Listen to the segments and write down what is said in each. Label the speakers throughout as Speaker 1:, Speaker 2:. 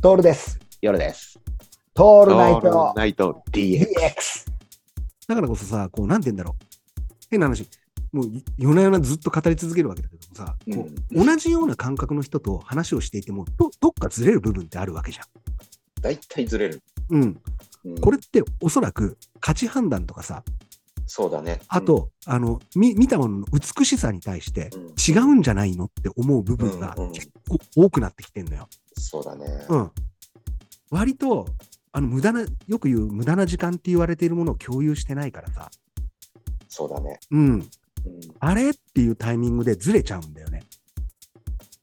Speaker 1: トールです。
Speaker 2: 夜です。
Speaker 1: ト
Speaker 2: オ
Speaker 1: ールナイト
Speaker 2: ナイト
Speaker 1: DX。
Speaker 2: DX。
Speaker 3: だからこそさ、こう、なんて言うんだろう。変な話。もう、夜な夜なずっと語り続けるわけだけどもさ、こう同じような感覚の人と話をしていてもど、どっかずれる部分ってあるわけじゃ
Speaker 2: 大体ずれる。
Speaker 3: ん。うん。
Speaker 2: うん
Speaker 3: これって、おそらく、価値判断とかさ、
Speaker 2: そうだね。
Speaker 3: あと、あの、見、見たものの美しさに対して
Speaker 2: うん、
Speaker 3: 違うんじゃないのって思う部分が
Speaker 2: うんうん
Speaker 3: 結構多くなってきてんのよ。
Speaker 2: そうだね。
Speaker 3: うん。割と、あの、無駄な、よく言う無駄な時間って言われているものを共有してないからさ、
Speaker 2: そうだね。
Speaker 3: うん。
Speaker 2: うん
Speaker 3: あれっていうタイミングでずれちゃうんだよね。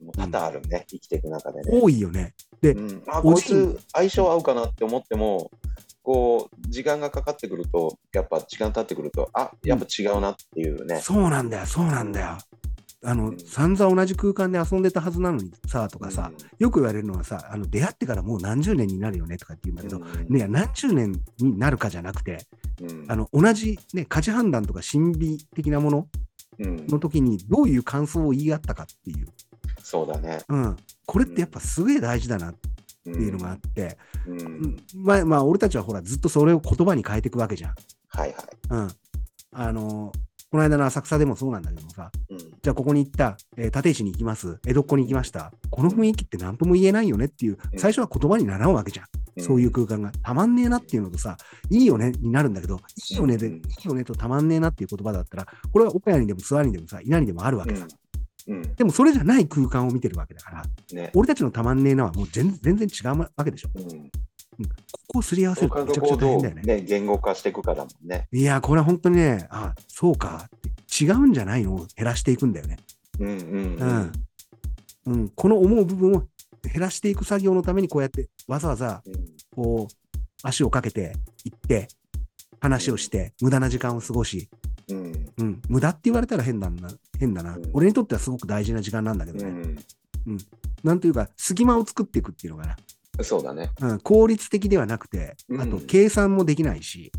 Speaker 2: もう多々あるね。生きていく中でね。
Speaker 3: 多いよね。い
Speaker 2: うんあ
Speaker 3: お
Speaker 2: こい
Speaker 3: じい
Speaker 2: つ相性合うかなって思っても、こう時間がかかってくると、やっぱ時間経ってくると、あやっぱ違うなっていうね。
Speaker 3: そうなんだよ、そうなんだよ。あの、
Speaker 2: うん
Speaker 3: 散々同じ空間で遊んでたはずなのにさ、とかさ、
Speaker 2: うん
Speaker 3: よく言われるのはさ、あの出会ってからもう何十年になるよねとかって言うんだけど、
Speaker 2: うん
Speaker 3: ね、何十年になるかじゃなくて、
Speaker 2: うん
Speaker 3: あの同じ、ね、価値判断とか心理的なもの
Speaker 2: うん
Speaker 3: の時にどういう感想を言い合ったかっていう、
Speaker 2: そうだね。
Speaker 3: うん、これってやっぱすげえ大事だなって
Speaker 2: て
Speaker 3: いうのがあって、
Speaker 2: うん
Speaker 3: まあ、まあ俺たちはほらずっとそれを言葉に変えていくわけじゃん。
Speaker 2: はいはい。
Speaker 3: うん。あのこの間の浅草でもそうなんだけどもさ、
Speaker 2: うん
Speaker 3: じゃあここに行った、えー立石に行きます、江戸っ子に行きました、この雰囲気って何とも言えないよねっていう、
Speaker 2: うん
Speaker 3: 最初は言葉にならんわけじゃん、そういう空間が、たまんねえなっていうのとさ、いいよねになるんだけど、いいよねで、
Speaker 2: うん
Speaker 3: いいよねとたまんねえなっていう言葉だったら、これは岡谷にでも諏訪にでもさ、稲にでもあるわけさ。
Speaker 2: うんうん
Speaker 3: でもそれじゃない空間を見てるわけだから、
Speaker 2: ね。
Speaker 3: 俺たちのたまんねえなはもう全全然違うわけでしょ。
Speaker 2: うん
Speaker 3: ここをすり合わせ
Speaker 2: そ
Speaker 3: るの
Speaker 2: う感
Speaker 3: めちゃ
Speaker 2: 覚
Speaker 3: くち
Speaker 2: を
Speaker 3: ゃ大変
Speaker 2: どう、
Speaker 3: だよね。
Speaker 2: ね、言語化していくかだもんね。
Speaker 3: いや、これは本当にね、あ、そうか、違うんじゃないのを減らしていくんだよね。
Speaker 2: うんうん
Speaker 3: うんうん、この思う部分を減らしていく作業のためにこうやってわざわざ
Speaker 2: う
Speaker 3: こう足をかけて行って話をして無駄な時間を過ごし、
Speaker 2: んうん
Speaker 3: うん、無駄って言われたら変だな変だな、
Speaker 2: うん
Speaker 3: 俺にとってはすごく大事な時間なんだけど
Speaker 2: う
Speaker 3: ね、
Speaker 2: ん
Speaker 3: なんというか隙間を作っていくっていうのか
Speaker 2: そうだね。
Speaker 3: な、うん、効率的ではなくて
Speaker 2: うん
Speaker 3: あと計算もできないし、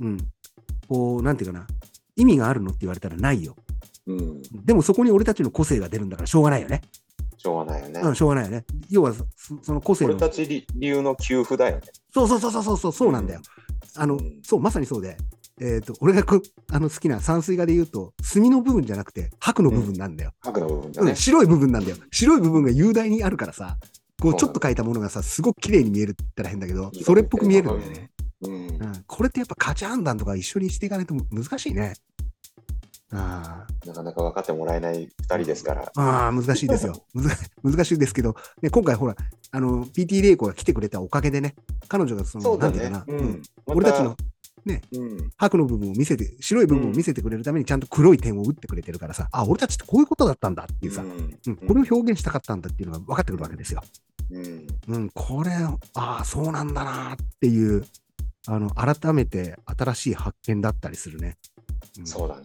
Speaker 2: うん
Speaker 3: うん、こうなんていうかな意味があるのって言われたらないよ
Speaker 2: うん、
Speaker 3: でもそこに俺たちの個性が出るんだからしょうがないよね、
Speaker 2: しょうがないよね。
Speaker 3: うん、しょうがないよね要はそその個性
Speaker 2: 俺
Speaker 3: の
Speaker 2: たちり流の給付だよね。
Speaker 3: そうそうそうそうそうそうそうなんだよ。あの、
Speaker 2: うん
Speaker 3: そうまさにそうで、えっ、と俺がこあの好きな山水画で言うと墨の部分じゃなくて白の部分なんだよ、
Speaker 2: 白の部分だ
Speaker 3: うん
Speaker 2: ね。
Speaker 3: 白い部分なんだよ。白い部分が雄大にあるからさ、こうち
Speaker 2: そう
Speaker 3: ょっ
Speaker 2: なんだ
Speaker 3: と描いたものがさすごく綺麗に見えるって言ったら変だけど、それっぽく見えるんだよね。
Speaker 2: うん。
Speaker 3: うん、これってやっぱ価値判断とか一緒にしていかないと難しいね。あー
Speaker 2: なかなか分かってもらえない二人ですから。
Speaker 3: あー難しいです よ。むず難しいですけど、ね、今回ほら、あの、PT 玲子が来てくれたおかげでね、彼女がその、
Speaker 2: そう
Speaker 3: な
Speaker 2: だ
Speaker 3: んていう
Speaker 2: ね
Speaker 3: かな、。
Speaker 2: う
Speaker 3: うん
Speaker 2: ん
Speaker 3: 俺たち、
Speaker 2: ま
Speaker 3: の
Speaker 2: うん
Speaker 3: 白の部分を見せて、白い部分を見せてくれるためにちゃんと黒い点を打ってくれてるからさ、あ、俺たちってこういうことだったんだっていうさ、
Speaker 2: うん
Speaker 3: うんこれを表現したかったんだっていうのが分かってくるわけですよ。
Speaker 2: うん
Speaker 3: うん、これ、ああ、そうなんだなっていう、あの、改めて新しい発見だったりするね。うん
Speaker 2: そうだね。